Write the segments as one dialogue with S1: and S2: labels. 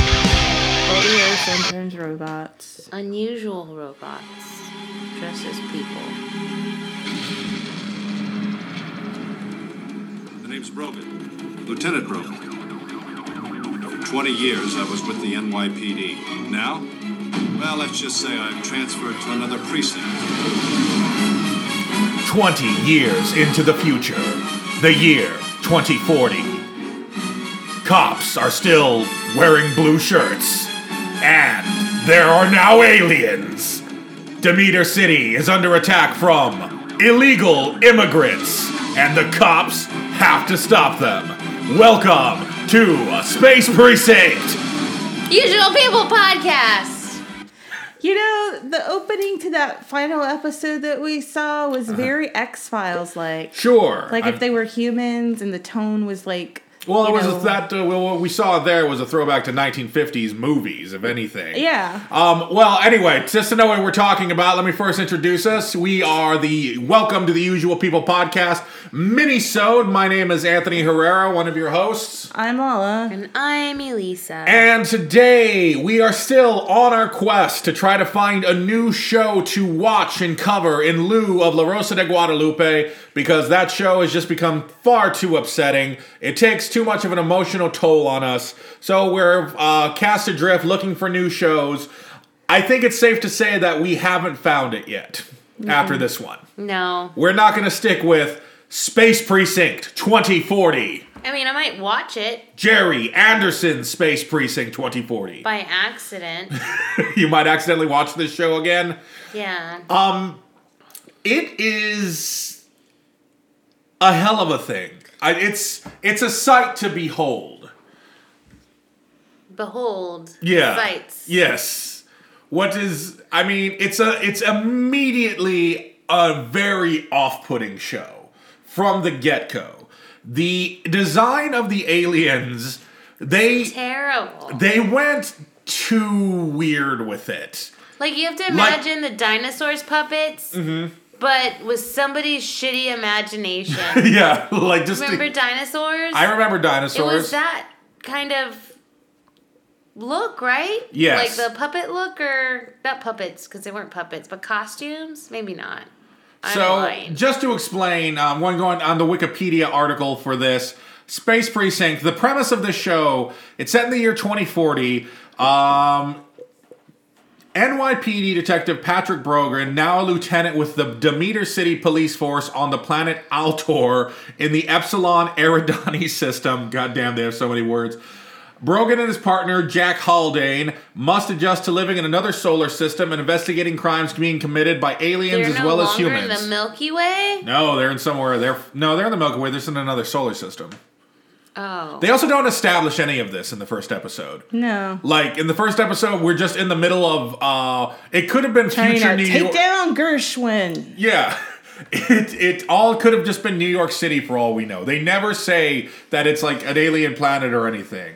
S1: Audio sometimes robots.
S2: Unusual robots dressed as people.
S3: My name's Brogan, Lieutenant Brogan. For 20 years, I was with the NYPD. Now, well, let's just say I'm transferred to another precinct.
S4: 20 years into the future, the year 2040. Cops are still wearing blue shirts, and there are now aliens. Demeter City is under attack from illegal immigrants, and the cops have to stop them. Welcome to Space Precinct.
S2: Usual People Podcast!
S1: You know, the opening to that final episode that we saw was very X Files like.
S4: Uh-huh. Sure.
S1: Like
S4: I'm-
S1: if they were humans and the tone was like.
S4: Well, it
S1: you
S4: was
S1: know-
S4: that uh, well, what we saw there was a throwback to 1950s movies, if anything.
S1: Yeah.
S4: Um, well, anyway, just to know what we're talking about, let me first introduce us. We are the Welcome to the Usual People podcast mini-sode. My name is Anthony Herrera, one of your hosts.
S1: I'm uh, Lala.
S2: And I'm Elisa.
S4: And today we are still on our quest to try to find a new show to watch and cover in lieu of La Rosa de Guadalupe because that show has just become far too upsetting. It takes too much of an emotional toll on us. So we're uh, cast adrift looking for new shows. I think it's safe to say that we haven't found it yet after this one.
S2: no.
S4: We're not going to stick with Space Precinct 2040.
S2: I mean, I might watch it
S4: Jerry Anderson Space Precinct 2040.
S2: by accident.
S4: you might accidentally watch this show again.
S2: Yeah.
S4: Uh, It is a hell of a thing. I, it's it's a sight to behold.
S2: Behold.
S4: Yeah.
S2: Sights.
S4: Yes. What is? I mean, it's a it's immediately a very off-putting show from the get-go. The design of the aliens, they
S2: Terrible.
S4: they went too weird with it.
S2: Like you have to
S4: Like-
S2: imagine the dinosaurs puppets,
S4: Mm-hmm.
S2: but with somebody's shitty imagination.
S4: yeah, like just
S2: Remember dinosaurs?
S4: I remember
S2: it
S4: dinosaurs.
S2: was that kind of look, right?
S4: Yes.
S2: Like the puppet look, or not puppets because they weren't puppets, but costumes. Maybe not. I'm
S4: So,
S2: lying.
S4: just to explain, um, one going on the Wikipedia article for this Space Precinct. The premise of the show it's set in the year 2040. Um, NYPD detective Patrick Brogan, now a lieutenant with the Demeter City Police Force on the planet Altor in the Epsilon Eridani system. God damn, they have so many words. Brogan and his partner, Jack Haldane, must adjust to living in another solar system and investigating crimes being committed by aliens
S2: They're
S4: as
S2: no
S4: well as
S2: longer
S4: humans.
S2: in the Milky Way.
S4: No, they're in somewhere. They're no, they're in the Milky Way. They're just in another solar system.
S2: Oh,
S4: They also don't establish any of this in the first episode.
S1: No.
S4: Like in the first episode, we're just in the middle of. uh It could have been future
S1: China,
S4: New
S1: take
S4: York.
S1: down Gershwin.
S4: Yeah, it it all could have just been New York City for all we know. They never say that it's like an alien planet or anything.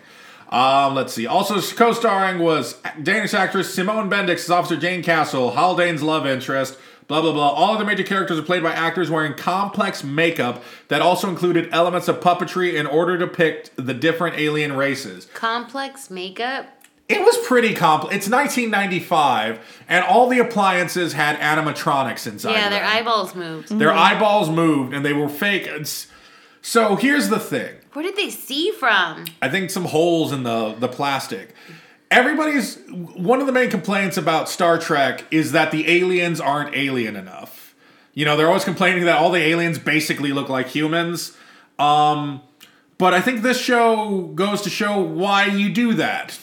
S4: Um, let's see. Also co-starring was Danish actress Simone Bendix as Officer Jane Castle, Haldane's love interest. Blah blah blah. All of the major characters are played by actors wearing complex makeup that also included elements of puppetry in order to depict the different alien races.
S2: complex makeup.
S4: It was pretty complex. It's 1995, and all the appliances had animatronics inside.
S2: Yeah,
S4: of
S2: their
S4: them.
S2: eyeballs moved.
S4: Their eyeballs moved and they were fake. It's- So here's the thing.
S2: Where did they see from?
S4: I think some holes in the the plastic. Everybody's one of the main complaints about Star Trek is that the aliens aren't alien enough. You know, they're always complaining that all the aliens basically look like humans. Um but I think this show goes to show why you do that.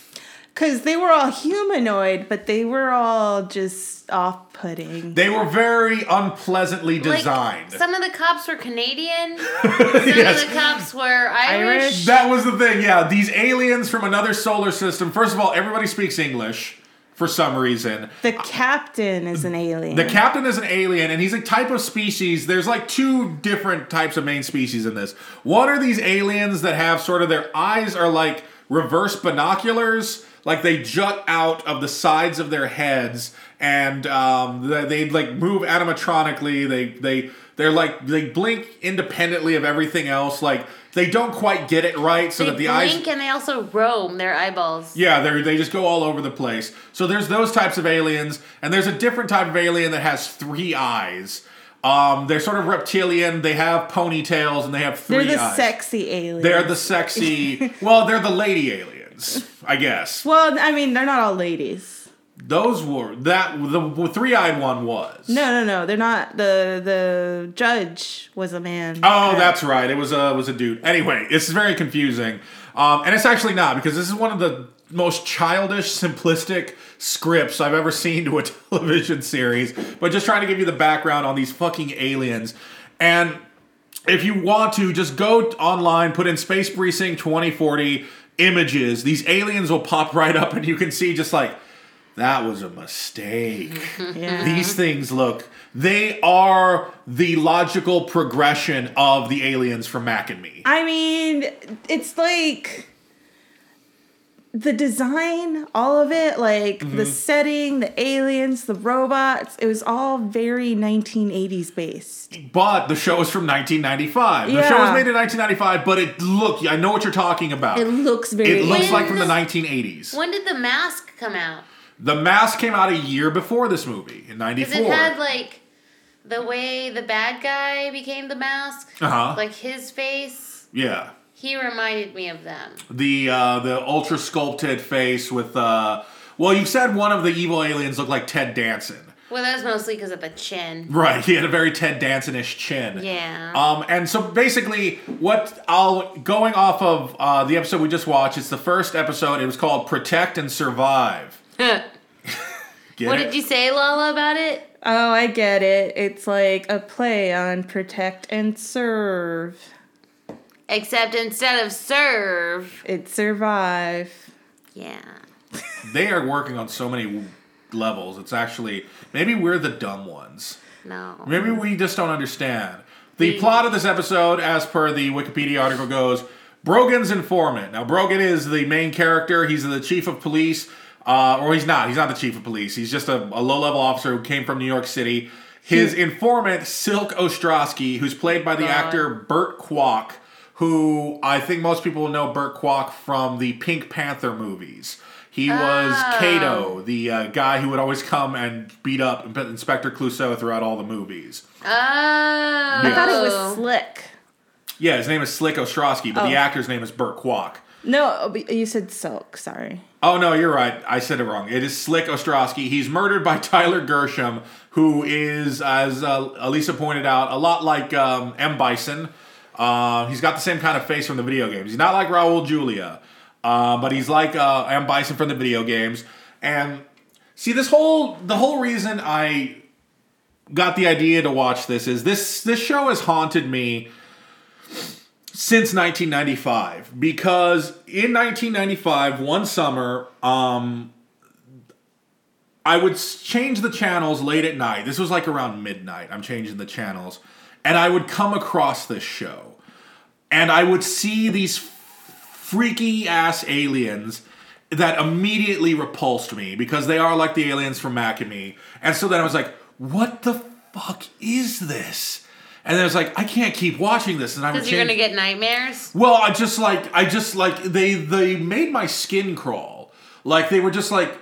S1: Because they were all humanoid, but they were all just off putting.
S4: They were very unpleasantly
S2: Like,
S4: designed.
S2: some of the cops were Canadian. Some
S4: Yes.
S2: of the cops were Irish.
S1: Irish.
S4: That was the thing, yeah. These aliens from another solar system. First of all, everybody speaks English for some reason.
S1: The captain is an alien.
S4: The captain is an alien, and he's a type of species. There's like two different types of main species in this. One are these aliens that have sort of their eyes are like reverse binoculars. like they jut out of the sides of their heads, and um, they, they like move animatronically. They they they're like they blink independently of everything else. Like they don't quite get it right, so
S2: They
S4: that the eyes
S2: blink and they also roam their eyeballs.
S4: yeah, they they just go all over the place. So there's those types of aliens, and there's a different type of alien that has three eyes. Um, they're sort of reptilian. They have ponytails and they have 3
S1: They're the
S4: eyes.
S1: sexy aliens.
S4: They're the sexy. well, they're the lady aliens, I guess.
S1: well, I mean, they're not all ladies.
S4: Those were that the three-eyed one was.
S1: No, no, no. They're not. The the judge was a man.
S4: Oh, that's right. It was a was a dude. Anyway, it's very confusing, um, and it's actually not because this is one of the most childish, simplistic scripts I've ever seen to a television series. But just trying to give you the background on these fucking aliens, and if you want to, just go online, put in Space Precinct 2040 images. These aliens will pop right up, and you can see just like that was a mistake.
S1: Yeah.
S4: These things look, they are the logical progression of the aliens from Mac and Me.
S1: I mean, it's like the design, all of it, like
S4: Mm-hmm.
S1: the setting, the aliens, the robots, it was all very 1980s based.
S4: But the show is from 1995. The show was
S1: Yeah.
S4: made in 1995, but it look, I know what you're talking about.
S1: It
S4: It,
S1: looks very
S4: looks
S2: When
S4: like from the
S2: the-
S4: 1980s.
S2: When did the mask come out?
S4: the Mask came out a year before this movie in 94.
S2: Because it had like the way the bad guy became the mask,
S4: Uh-huh.
S2: like his face.
S4: yeah.
S2: He reminded me of them.
S4: the uh, the ultra sculpted face with uh well you said one of the evil aliens looked like Ted Danson
S2: Well, that was mostly because of the chin.
S4: right he had a very Ted Danson-ish chin
S2: Yeah.
S4: um and so basically what I'll going off of uh, the episode we just watched it's the first episode it was called Protect and Survive Get
S2: what
S4: it?
S2: did you say, Lala, about it?
S1: Oh, I get it. It's like a play on protect and serve.
S2: Except instead of serve,
S1: It's survive.
S2: yeah.
S4: they are working on so many w- levels it's actually maybe we're the dumb ones
S2: No.
S4: Maybe we just don't understand. The plot of this episode, as per the Wikipedia article, goes Brogan's informant. Now, Brogan is the main character. He's the chief of police, uh, or he's not. He's not the chief of police. He's just a, a low level officer who came from New York City. His informant, Silk Ostrowski, who's played by the
S2: Hmm. God.
S4: actor Burt Kwok, who I think most people know Burt Kwok from the Pink Panther movies. He was
S2: Oh.
S4: Kato, the uh, guy who would always come and beat up Inspector Clouseau throughout all the movies.
S2: Oh. I
S1: I thought it was slick.
S4: Yeah, his name is Slick Ostrowski, but the
S1: Oh.
S4: actor's name is Burt Kwok.
S1: No, oh, but you said silk. Sorry.
S4: Oh no, you're right. I said it wrong. It is Slick Ostrowski. He's murdered by Tyler Gershom, who is, as uh, Elisa pointed out, a lot like um, M. Bison. Uh, he's got the same kind of face from the video games. He's not like Raul Julia, uh, but he's like uh, M. Bison from the video games. And see, this whole the whole reason I got the idea to watch this is this this show has haunted me since 1995 because in 1995 one summer um i would s- change the channels late at night this was like around midnight i'm changing the channels and i would come across this show and i would see these freaky ass aliens that immediately repulsed me because they are like the aliens from Mac and Me. And so then I was like, what the fuck is this? And then I was like, I can't keep watching this. And I would
S2: Because you're
S4: change-
S2: going to get nightmares?
S4: well, I just like I just like they they made my skin crawl. Like they were just like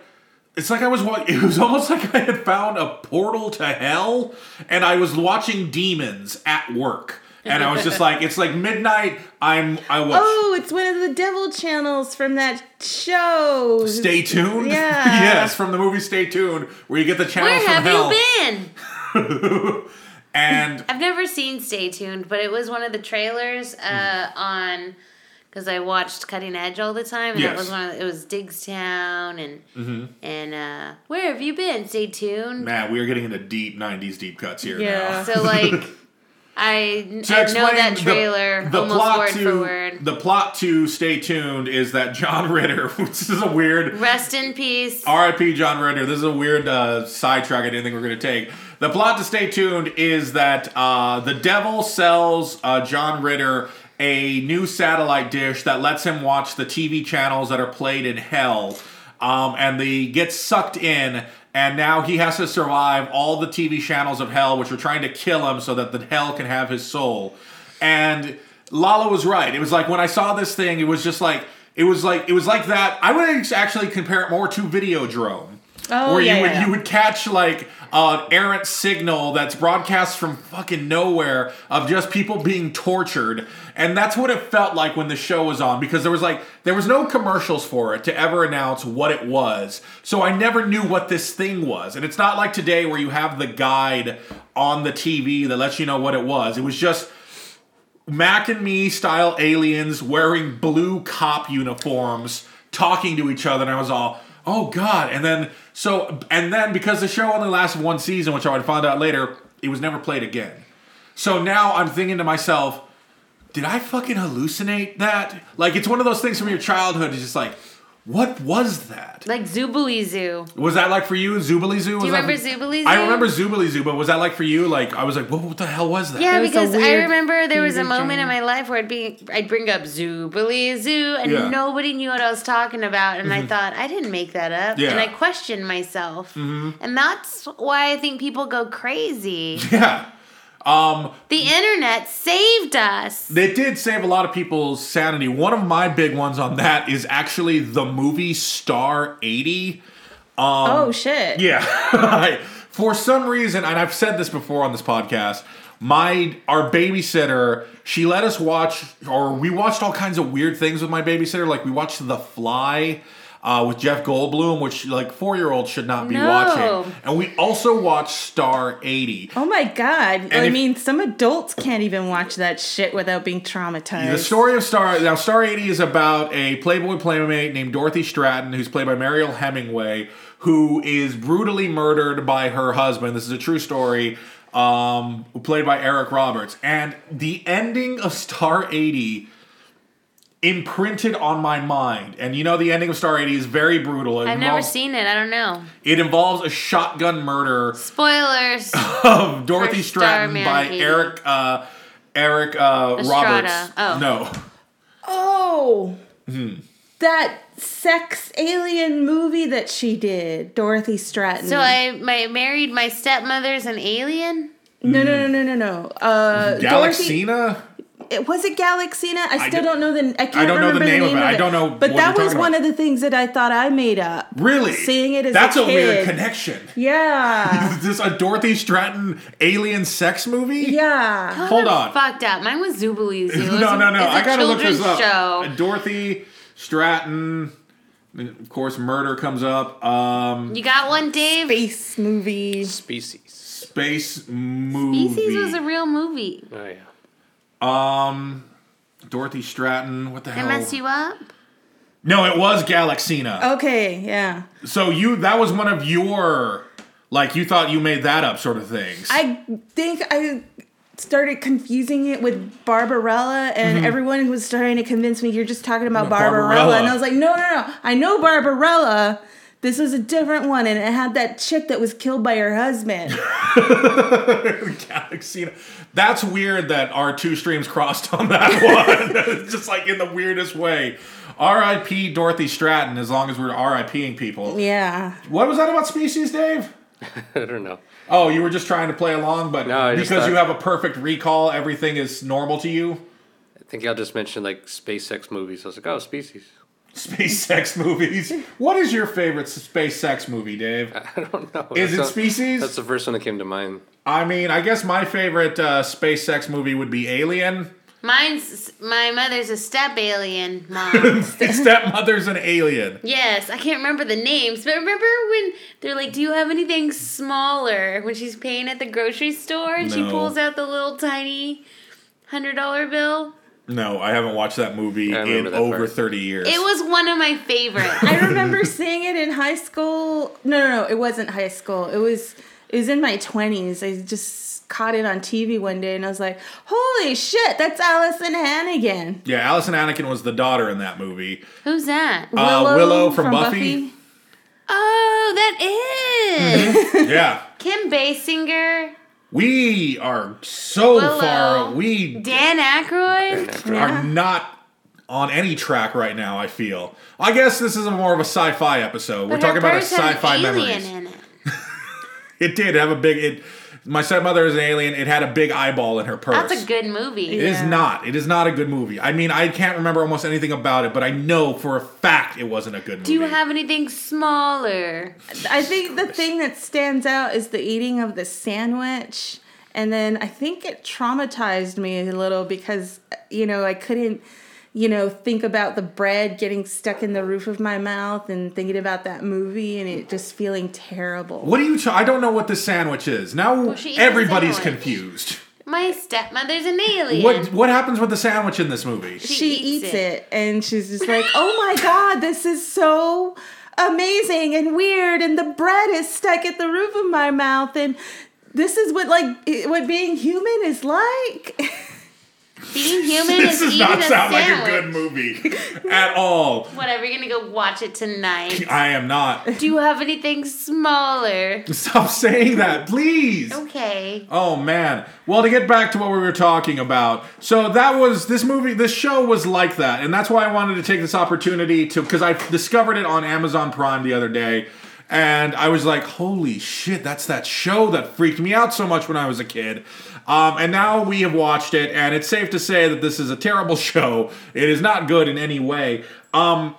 S4: it's like I was wa- it was almost like I had found a portal to hell and I was watching demons at work. And I was just like it's like midnight I'm I was
S1: Oh, it's one of the devil channels from that show.
S4: Stay tuned.
S1: Yeah.
S4: yes, from the movie Stay Tuned where you get the channel
S2: Where
S4: from
S2: have
S4: hell.
S2: you been?
S4: And
S2: I've never seen Stay Tuned, but it was one of the trailers uh,
S4: Hmm.
S2: on because I watched Cutting Edge all the time, and
S4: Yes.
S2: that was
S4: Mm-hmm.
S2: one. Of the, it was Digstown and and uh, where have you been? Stay tuned.
S4: man, we are getting into deep 90s deep cuts here now.
S1: Yeah.
S2: So like, I, I know that trailer almost word
S4: to,
S2: for word.
S4: The plot to Stay Tuned is that John Ritter, this is a weird
S2: Rest in peace.
S4: RIP John Ritter, this is a weird uh, sidetrack I didn't think we were going to take. The plot to Stay Tuned is that uh, the devil sells uh, John Ritter a new satellite dish that lets him watch the TV channels that are played in hell. um, and they get sucked in. And now he has to survive all the TV channels of hell, which are trying to kill him so that the hell can have his soul. And Lala was right. It was like when I saw this thing, it was just like it was like it was like that. I would actually compare it more to Videodrome,
S1: Oh,
S4: where
S1: yeah,
S4: you would
S1: yeah, yeah.
S4: you would catch like an errant signal that's broadcast from fucking nowhere of just people being tortured, and that's what it felt like when the show was on because there was like there was no commercials for it to ever announce what it was, so I never knew what this thing was, and it's not like today where you have the guide on the TV that lets you know what it was. It was just. Mac and me style aliens wearing blue cop uniforms talking to each other, and I was all, oh god. And then so and then because the show only lasted one season, which I would find out later, it was never played again. So now I'm thinking to myself, did I fucking hallucinate that? Like it's one of those things from your childhood. It's just like, what was that?
S2: Like Zoobly Zoo.
S4: Was that like for you, Zubily Zoo?
S2: Do you
S4: Was that-
S2: remember Zoobly Zoo?
S4: I remember Zubily Zoo, but was that like for you? Like I was like, what, what the hell was that?
S2: Yeah,
S1: It was a
S2: because I
S1: weird
S2: remember there was a
S1: TV
S2: moment in
S1: journey.
S2: my life where I'd be I'd bring up Zoobly Zoo and
S4: Yeah. Mm-hmm.
S2: nobody knew what I was talking about and I thought I didn't make that up
S4: Yeah. Mm-hmm.
S2: and I questioned myself. And that's why I think people go crazy.
S4: yeah.
S2: the internet saved us.
S4: They did save a lot of people's sanity. One of my big ones on that is actually the movie Star 80.
S1: oh shit.
S4: Yeah. I- For some reason, and I've said this before on this podcast, my our babysitter, she let us watch or we watched all kinds of weird things with my babysitter. Like we watched The Fly uh, with Jeff Goldblum, which like four year olds should not be
S2: No.
S4: watching. And we also watched Star 80.
S1: Oh my god. I
S4: if-
S1: mean, some adults can't even watch that shit without being traumatized.
S4: The story of Star now Star 80 is about a Playboy playmate named Dorothy Stratton, who's played by Mariel Hemingway, who is brutally murdered by her husband. This is a true story, um, played by Eric Roberts. And the ending of Star 80 imprinted on my mind. And you know the ending of Star 80 is very brutal. It
S2: I've never
S4: involves-
S2: seen it. I don't know.
S4: it involves a shotgun murder
S2: Spoilers.
S4: of Dorothy
S2: First
S4: Stratton
S2: Starman
S4: by
S2: 80.
S4: Eric uh, Eric uh, Roberts.
S2: Estrada. Oh.
S4: No.
S1: Oh.
S4: Hmm.
S1: That sex alien movie that she did, Dorothy Stratton.
S2: so I my, married my stepmother's an alien.
S1: no, no, no, no, no, no. Uh, Dorothy,
S4: Hmm. Galaxina?
S1: it was it Galaxina? I still
S4: d-
S1: don't know the. I can't
S4: I don't know the
S1: remember
S4: name of it.
S1: of
S4: I don't know
S1: But
S4: what
S1: that
S4: you're
S1: was
S4: talking
S1: one
S4: about.
S1: of the things that I thought I made up.
S4: Really?
S1: Seeing it as
S4: That's a,
S1: a
S4: weird
S1: kid.
S4: connection.
S1: Yeah,
S4: Is this a Dorothy Stratton alien sex movie?
S1: yeah.
S2: Y'all
S4: Hold
S2: are
S4: on.
S2: Fucked up. Mine was Zoobly Zoo. It was
S4: No,
S2: a-
S4: no, no.
S2: it's a
S4: I gotta look this up.
S2: children's Show.
S4: Dorothy Stratton. Of course, murder comes up. Um,
S2: You got one, Dave.
S1: Space movie.
S5: Species.
S4: space movie.
S2: Species was a real movie.
S5: Oh yeah.
S4: um, Dorothy Stratton. What the
S2: They
S4: hell?
S2: messed you up.
S4: No, it was Galaxina.
S1: Oh. Okay, yeah.
S4: So you that was one of your like you thought you made that up sort of things.
S1: I think I started confusing it with Barbarella, and everyone was starting to convince me you're just talking about Mm-hmm. Barbarella.
S4: Barbarella.
S1: And I was like, no, no, no. I know Barbarella. This was a different one, and it had that chick that was killed by her husband.
S4: Galaxina. That's weird that our two streams crossed on that one. It's just like in the weirdest way. R.I.P. Dorothy Stratton, as long as we're R.I.P.ing people.
S1: yeah.
S4: What was that about species, Dave?
S5: I don't know.
S4: Oh, you were just trying to play along, but
S5: No, I just
S4: because
S5: thought-
S4: you have a perfect recall, everything is normal to you?
S5: I think y'all just mentioned like SpaceX movies. I was like, oh, Species.
S4: Space sex movies. What is your favorite space sex movie, Dave?
S5: I don't know.
S4: Is
S5: Uh, That's
S4: it
S5: not-
S4: Species?
S5: That's the first one that came to mind.
S4: I mean, I guess my favorite uh, space sex movie would be Alien.
S2: Mine's my mother's a step alien mom.
S4: Stepmother's an alien.
S2: yes, I can't remember the names, but remember when they're like, "Do you have anything smaller?" When she's paying at the grocery store and she
S4: No.
S2: pulls out the little tiny hundred dollar bill.
S4: No, I haven't watched that movie
S5: I
S4: in
S5: remember that
S4: over
S5: part.
S4: 30 years.
S2: It was one of my favorites.
S1: I remember seeing it in high school. No, no, no. It wasn't high school. It was it was in my twenties. I just caught it on TV one day, and I was like, "Holy shit, that's Allison Hannigan."
S4: yeah, Allison Anakin was the daughter in that movie.
S2: Who's that?
S4: Uh, Willow from Buffy?
S2: Oh, that
S4: Mm-hmm.
S2: is
S4: yeah.
S2: Kim Basinger,
S4: We are so
S2: Willow.
S4: far. We
S2: Dan Aykroyd.
S4: are not on any track right now. I feel. I guess this is a more of a sci-fi episode. We're
S2: But
S4: talking
S2: her
S4: about a
S2: birds had an
S4: sci-fi
S2: alien
S4: memories.
S2: in it.
S4: It did have a big. It. My stepmother is an alien. It had a big eyeball in her purse.
S2: That's a good movie.
S4: It is
S1: Yeah.
S4: not. It is not a good movie. I mean, I can't remember almost anything about it, but I know for a fact it wasn't a good movie.
S2: Do you have anything smaller?
S1: I think the thing that stands out is the eating of the sandwich. And then I think it traumatized me a little because, you know, I couldn't, you know, think about the bread getting stuck in the roof of my mouth and thinking about that movie and it just feeling terrible.
S4: What are you? Tra- I don't know what the sandwich is. Now
S2: she ate the
S4: everybody's
S2: sandwich.
S4: confused.
S2: My stepmother's an alien.
S4: What What happens with the sandwich in this movie?
S1: She,
S2: eats
S1: eats,
S2: it.
S1: it. and she's just like, oh my God, this is so amazing and weird. And the bread is stuck at the roof of my mouth. And this is what like it- what being human is like.
S2: Being human is
S4: This does
S2: eating
S4: not
S2: a
S4: sound like a
S2: sandwich.
S4: good movie at all.
S2: Whatever, you're gonna go watch it tonight.
S4: I am not.
S2: Do you have anything smaller?
S4: Stop saying that, please.
S2: Okay.
S4: Oh man. Well, to get back to what we were talking about. So that was this movie this show was like that and that's why I wanted to take this opportunity to cuz I discovered it on Amazon Prime the other day and I was like, "Holy shit, that's that show that freaked me out so much when I was a kid." Um, and now we have watched it and it's safe to say that this is a terrible show. It is not good in any way. Um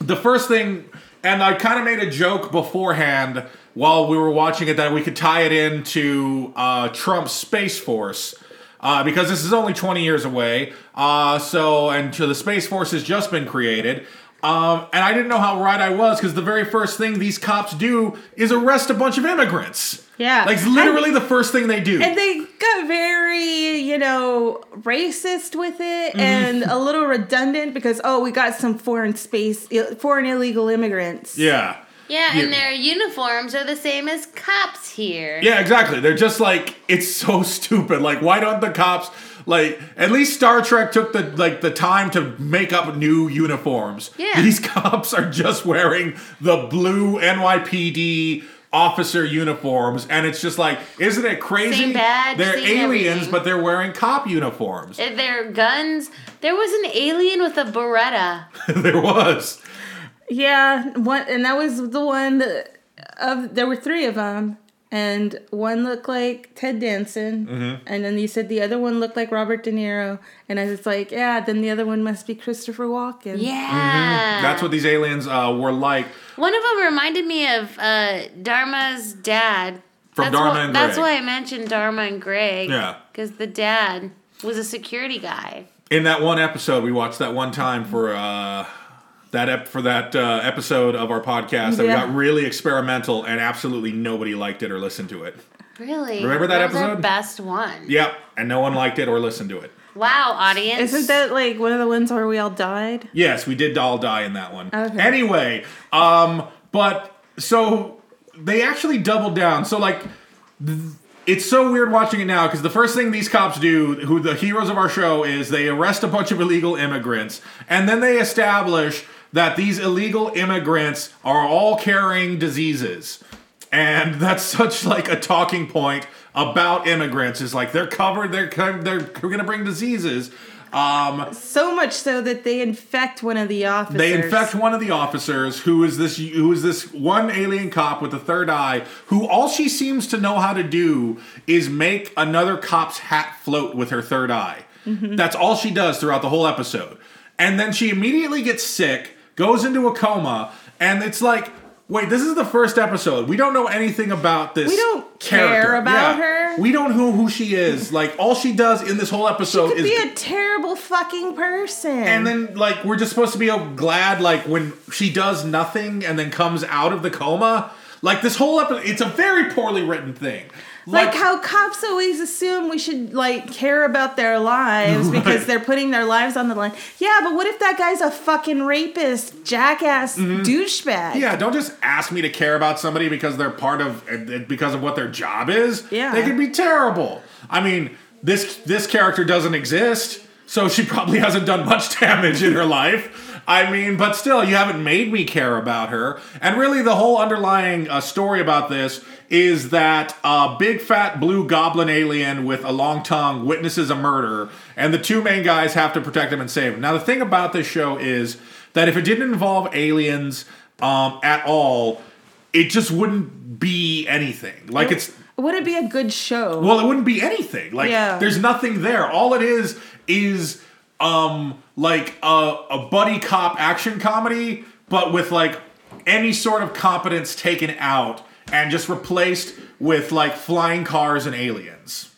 S4: the first thing, and I kind of made a joke beforehand while we were watching it that we could tie it into uh, Trump's Space Force. Uh, because this is only 20 years away, uh, so and to the space force has just been created, um, and I didn't know how right I was because the very first thing these cops do is arrest a bunch of immigrants.
S1: Yeah.
S4: like it's literally the first thing they do.
S1: and they got very, you know, racist with it and a little redundant because, oh, we got some foreign space, foreign illegal immigrants.
S4: yeah,
S2: Yeah, and
S4: Yeah.
S2: their uniforms are the same as cops here.
S4: Yeah, exactly. They're just like it's so stupid. Like why don't the cops like at least Star Trek took the like the time to make up new uniforms.
S2: Yeah.
S4: These cops are just wearing the blue NYPD officer uniforms and it's just like isn't it crazy?
S2: Same badge,
S4: they're
S2: same
S4: aliens
S2: everything.
S4: but they're wearing cop uniforms.
S2: Uh, Their guns. There was an alien with a Beretta.
S4: there was.
S1: Yeah, one, and that was the one that of there were three of them, and one looked like Ted Danson,
S4: Mm-hmm.
S1: and then you said the other one looked like Robert De Niro, and I was like, yeah, then the other one must be Christopher Walken.
S2: Yeah.
S4: That's what these aliens uh, were like.
S2: One of them reminded me of uh, Dharma's dad.
S4: From
S2: that's
S4: Dharma
S2: why,
S4: and
S2: That's
S4: Greg.
S2: why I mentioned Dharma and Greg.
S4: Yeah.
S2: Because the dad was a security guy.
S4: in that one episode we watched that one time for uh that ep- for that uh, episode of our podcast that we
S1: Yeah.
S4: got really experimental and absolutely nobody liked it or listened to it.
S2: Really?
S4: Remember that
S2: was our
S4: episode?
S2: best one.
S4: Yep, and no one liked it or listened to it.
S2: Wow, audience.
S1: Isn't that like one of the ones where we all died?
S4: Yes, we did all die in that one.
S1: Okay.
S4: Anyway, um, but so they actually doubled down. So like, th- it's so weird watching it now because the first thing these cops do, who the heroes of our show is, they arrest a bunch of illegal immigrants, and then they establish that these illegal immigrants are all carrying diseases, and that's such like a talking point about immigrants is like they're covered, they're co- they're gonna bring diseases. Um,
S1: So much so that they infect one of the officers.
S4: they infect one of the officers who is this who is this one alien cop with the third eye who all she seems to know how to do is make another cop's hat float with her third eye.
S1: Mm-hmm.
S4: That's all she does throughout the whole episode. And then she immediately gets sick, goes into a coma, and it's like Wait, this is the first episode. We don't know anything about this.
S1: We don't care
S4: character.
S1: about her.
S4: We don't know who she is. Like all she does in this whole episode
S1: could
S4: is
S1: be a terrible fucking person.
S4: and then, like, we're just supposed to be uh, glad, like, when she does nothing and then comes out of the coma. Like, this whole episode, it's a very poorly written thing.
S1: like, how cops always assume we should like care about their lives because they're putting their lives on the line. Yeah, but what if that guy's a fucking rapist, jackass, douchebag?
S4: Mm-hmm. Yeah, don't just ask me to care about somebody because they're part of uh, because of what their job is.
S1: Yeah.
S4: they could be terrible. I mean, this this character doesn't exist, so she probably hasn't done much damage in her life. I mean, but still, you haven't made me care about her. And really, the whole underlying uh, story about this is that a big fat blue goblin alien with a long tongue witnesses a murder, and the two main guys have to protect him and save him. Now, the thing about this show is that if it didn't involve aliens um, at all, it just wouldn't be anything. Like, it's
S1: Would it be a good show?
S4: well, it wouldn't be anything. Like
S1: Yeah.
S4: there's nothing there. All it is is um like a, a buddy cop action comedy, but with like any sort of competence taken out and just replaced with like flying cars and aliens.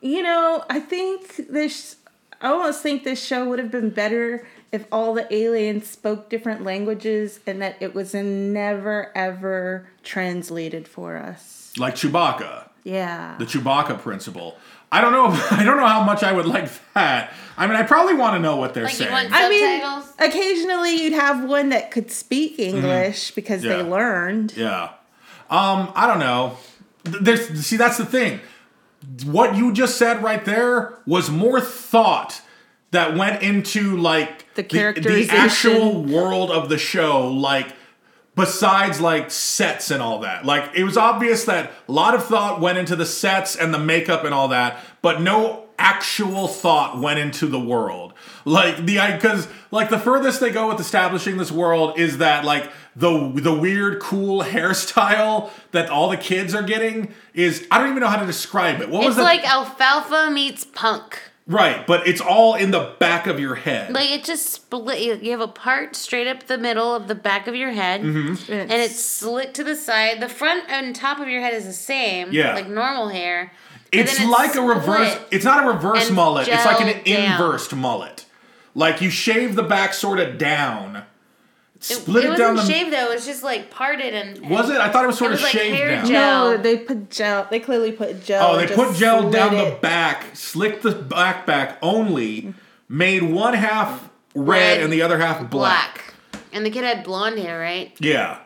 S1: you know, I think this. I almost think this show would have been better if all the aliens spoke different languages and that it was never ever translated for us.
S4: Like Chewbacca,
S1: Yeah.
S4: the Chewbacca principle. I don't know. I don't know how much I would like that. I mean, I probably want to know what they're
S2: Like, you
S4: saying.
S2: want-
S1: I mean,
S2: Subtitles?
S1: occasionally you'd have one that could speak English because
S4: Mm-hmm. Yeah.
S1: they learned.
S4: Yeah. Um, I don't know. Th- There's see that's the thing. What you just said right there was more thought that went into like
S1: The
S4: the
S1: characterization.
S4: actual world of the show, like besides like sets and all that. Like it was obvious that a lot of thought went into the sets and the makeup and all that, but no actual thought went into the world. Like the because like the furthest they go with establishing this world is that like the the weird cool hairstyle that all the kids are getting is I don't even know how to describe it. What was
S2: It's
S4: that?
S2: like alfalfa meets punk.
S4: right, but it's all in the back of your head.
S2: Like it just split. You you have a part straight up the middle of the back of your head,
S4: Mm-hmm.
S2: and it's slit to the side. The front and top of your head is the same,
S4: Yeah.
S2: like normal hair. but
S4: It's
S2: then
S4: like a reverse.
S2: split.
S4: It's not a reverse
S2: and
S4: mullet. It's like an
S2: gelled down.
S4: inversed mullet. Like you shave the back sort of down, split it,
S2: it
S4: down the.
S2: wasn't shaved though. It was just like parted and.
S4: was it? I thought it was sort
S2: It
S4: of
S2: was like
S4: shaved
S2: hair
S4: down.
S2: gel.
S1: No, they put gel. They clearly put gel.
S4: Oh, they
S1: and
S4: put
S1: just
S4: gel
S1: slid
S4: down the
S1: it.
S4: back, slicked the back back only, made one half red,
S2: Red,
S4: and the other half black.
S2: black. And the kid had blonde hair, right?
S4: Yeah.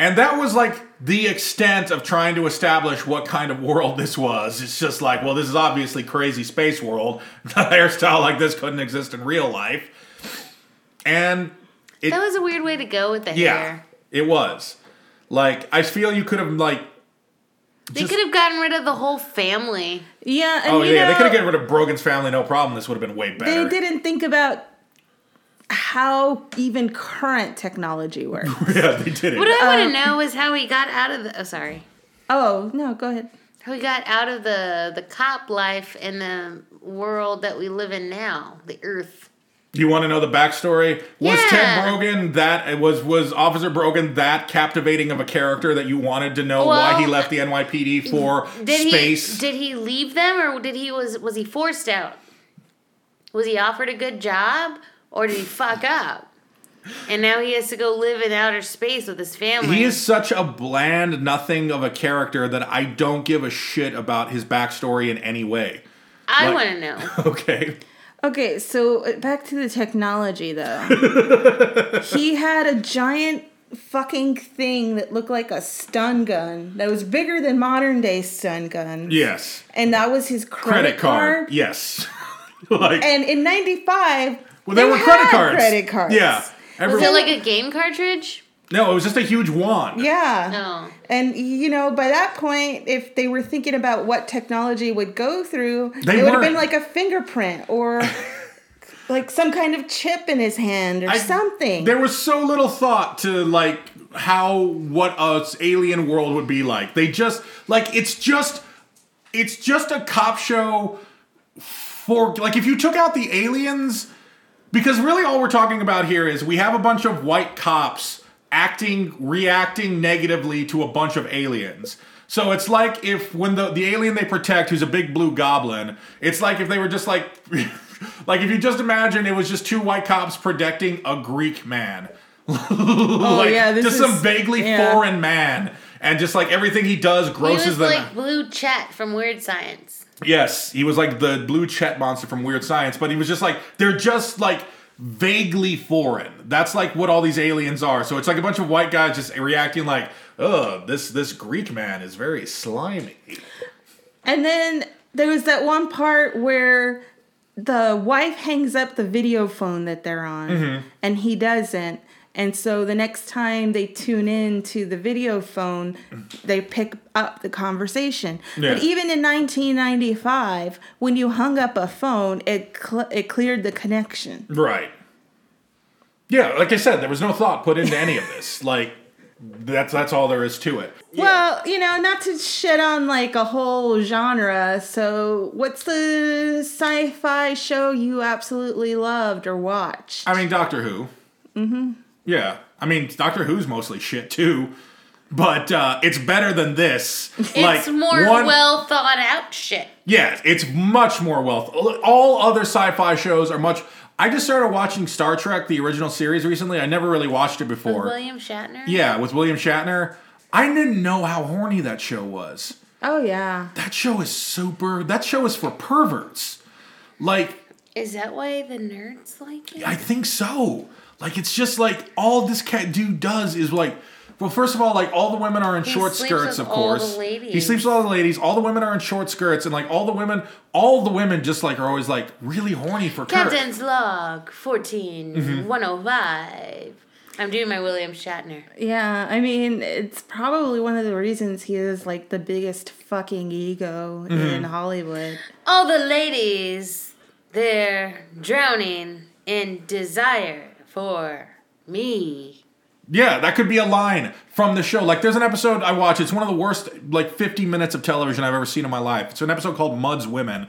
S4: And that was like the extent of trying to establish what kind of world this was. It's just like, well, this is obviously crazy space world. A hairstyle like this couldn't exist in real life. And it,
S2: That was a weird way to go with the
S4: yeah,
S2: hair.
S4: it was. Like, I feel you could have like,
S2: They
S4: Just-
S2: could have gotten rid of the whole family.
S1: Yeah, and
S4: oh
S1: you
S4: yeah, they
S1: know,
S4: could have gotten rid of Brogan's family, no problem. This would have been way better.
S1: They didn't think about how even current technology works.
S4: yeah, they did
S2: What
S4: it.
S2: I want to know is how he got out of the. Oh, sorry.
S1: oh no, go ahead.
S2: How he got out of the the cop life and the world that we live in now, the Earth.
S4: You want to know the backstory? Was Ted
S2: Yeah.
S4: Brogan that was was Officer Brogan that captivating of a character that you wanted to know why he
S2: Well,
S4: left the NYPD for
S2: Did
S4: space?
S2: he did he leave them or did he was was he forced out? Was he offered a good job or did he fuck up? And now he has to go live in outer space with his family.
S4: He is such a bland nothing of a character that I don't give a shit about his backstory in any way.
S2: I
S4: like-
S2: want to know.
S4: Okay.
S1: Okay, so uh, back to the technology though. he had a giant fucking thing that looked like a stun gun that was bigger than modern day stun guns.
S4: Yes.
S1: And that was his credit,
S4: Credit card.
S1: card.
S4: Yes. like
S1: And in 95,
S4: well, they, were credit
S1: had
S4: cards.
S1: credit cards.
S4: Yeah. Every,
S2: Is it like a game cartridge?
S4: no, it was just a huge wand.
S1: Yeah.
S2: No.
S1: And you know, by that point, if they were thinking about what technology would go through,
S4: They
S1: it would have been
S4: weren't.
S1: like a fingerprint or like some kind of chip in his hand or
S4: I-
S1: something.
S4: There was so little thought to like how what a s- alien world would be like. They just like it's just it's just a cop show for like if you took out the aliens because really all we're talking about here is we have a bunch of white cops acting reacting negatively to a bunch of aliens. So it's like if when the the alien they protect who's a big blue goblin, it's like if they were just like like if you just imagine it was just two white cops protecting a Greek man. like
S1: Oh, yeah, this
S4: just
S1: is-
S4: some vaguely
S1: yeah.
S4: foreign man and just like everything he does
S2: He was
S4: grosses them
S2: like Blue Chet from Weird Science.
S4: Yes, he was like the blue Chet monster from Weird Science, but he was just like they're just like vaguely foreign. That's like what all these aliens are. So it's like a bunch of white guys just reacting like, "Ugh, this this Greek man is very slimy."
S1: and then there was that one part where the wife hangs up the video phone that they're on and he doesn't and so the next time they tune in to the video phone they pick up the conversation
S4: Yeah.
S1: but even in 1995 when you hung up a phone it cl- it cleared the connection
S4: Right. Yeah, like I said, there was no thought put into any of this. Like that's that's all there is to it.
S1: Well, you know, not to shit on like a whole genre. So, what's the sci-fi show you absolutely loved or watched?
S4: I mean, Doctor Who. Mm-hmm. Yeah, I mean, Doctor Who's mostly shit too, but uh, it's better than this.
S2: It's more well thought out shit.
S4: Yeah, it's much more wealth. All other sci-fi shows are much. I just started watching Star Trek, the original series, recently. I never really watched it before.
S2: William Shatner.
S4: yeah, with William Shatner. I didn't know how horny that show was.
S1: oh yeah,
S4: That show is super. That show is for perverts. Like,
S2: Is that why the nerds like it?
S4: I think so. Like, it's just like all this cat dude does is like. Well, first of all, like all the women are in short
S2: sleeps
S4: skirts,
S2: with
S4: of
S2: all the
S4: course. He
S2: ladies.
S4: sleeps with all the ladies. All the women are in short skirts, and like all the women, all the women just like are always like really horny for Kirk.
S2: Captain's log 14 105. I'm doing my William Shatner.
S1: yeah. I mean, it's probably one of the reasons he is like the biggest fucking ego
S4: Mm-hmm.
S1: in Hollywood.
S2: All the ladies, they're drowning in desire for me.
S4: Yeah, that could be a line from the show. Like, there's an episode I watch. It's one of the worst, like, 50 minutes of television I've ever seen in my life. It's an episode called Mud's Women.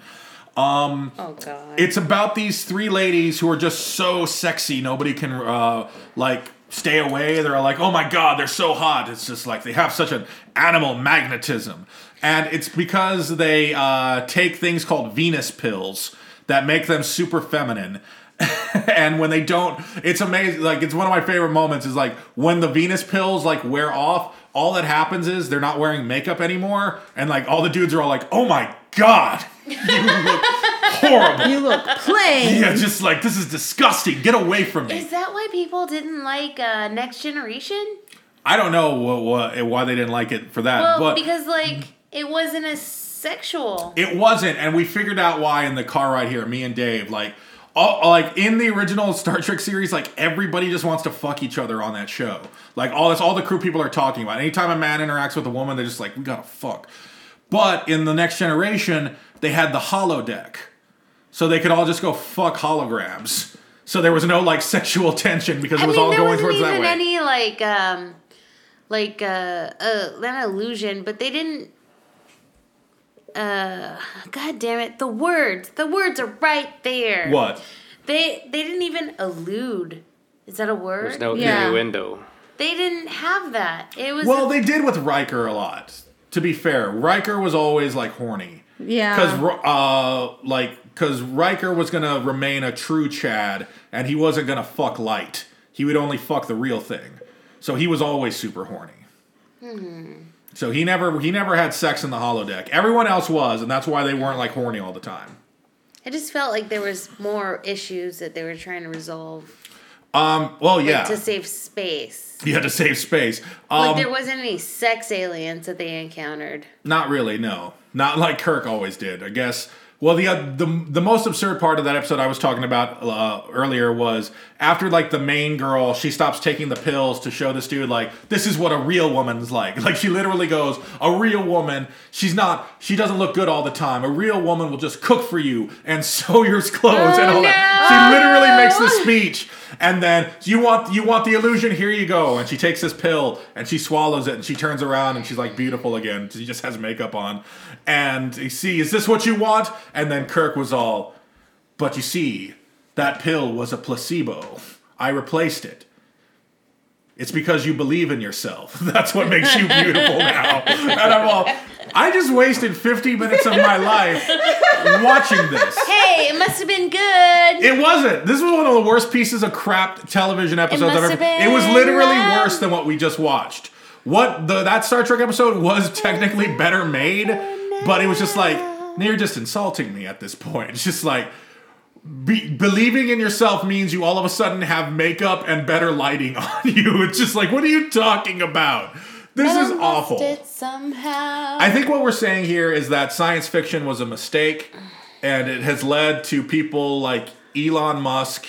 S2: Oh, God.
S4: It's about these three ladies who are just so sexy, nobody can, uh, like, stay away. They're like, oh my God, they're so hot. It's just like they have such an animal magnetism. And it's because they uh, take things called Venus pills that make them super feminine. and when they don't it's amazing like it's one of my favorite moments is like when the venus pills like wear off all that happens is they're not wearing makeup anymore and like all the dudes are all like oh my god you look horrible
S1: You look plain.
S4: yeah just like this is disgusting get away from me
S2: Is that why people didn't like uh, Next Generation?
S4: i don't know what, what, why they didn't like it for that
S2: Well,
S4: but
S2: because, like, it wasn't as sexual.
S4: It wasn't, and we figured out why in the car right here. Me and Dave, like, all, like in the original Star Trek series, like everybody just wants to fuck each other on that show. Like all that's all the crew people are talking about. Anytime a man interacts with a woman, they're just like, we gotta fuck. But in the next generation, they had the holodeck, so they could all just go fuck holograms. So there was no like sexual tension because it
S2: I
S4: was
S2: mean,
S4: all
S2: there
S4: going
S2: wasn't
S4: towards
S2: even
S4: that way.
S2: any like um like uh, uh not illusion, but they didn't. Uh, God damn it! The words, the words are right there.
S4: what?
S2: They they didn't even allude. Is that a word?
S5: There's no
S1: Yeah.
S5: innuendo.
S2: They didn't have that. It was
S4: Well,
S2: a-
S4: they did with Riker a lot. To be fair, Riker was always like horny.
S1: Yeah.
S4: Because uh, like, because Riker was gonna remain a true Chad, and he wasn't gonna fuck light. He would only fuck the real thing. So he was always super horny.
S2: Hmm.
S4: So he never he never had sex in the holodeck. Everyone else was, and that's why they weren't like horny all the time.
S2: I just felt like there was more issues that they were trying to resolve
S4: Um. Well, yeah.
S2: to save space.
S4: you had to save space.
S2: Like
S4: Um.
S2: there wasn't any sex aliens that they encountered.
S4: Not really, no. Not like Kirk always did, I guess. Well, the uh, the the most absurd part of that episode I was talking about uh, earlier was after like the main girl, she stops taking the pills to show this dude like this is what a real woman's like. Like she literally goes, a real woman, she's not, she doesn't look good all the time. A real woman will just cook for you and sew your clothes and all that. She literally makes the speech, and then you want you want the illusion. Here you go. And she takes this pill and she swallows it and she turns around and she's like beautiful again. She just has makeup on, and you see, is this what you want? And then Kirk was all, but you see, that pill was a placebo. I replaced it. It's because you believe in yourself. That's what makes you beautiful now. And I'm all, I just wasted 50 minutes of my life watching this.
S2: Hey, it must have been good.
S4: It wasn't. This was one of the worst pieces of crap television episodes I've
S2: must
S4: ever.
S2: have
S4: It was
S2: been
S4: literally
S2: love.
S4: worse than what we just watched. What the that Star Trek episode was technically better made, but it was just like you're just insulting me at this point. It's just like be, believing in yourself means you all of a sudden have makeup and better lighting on you. It's just like what are you talking about? This is awful.
S2: somehow.
S4: I think what we're saying here is that science fiction was a mistake and it has led to people like Elon Musk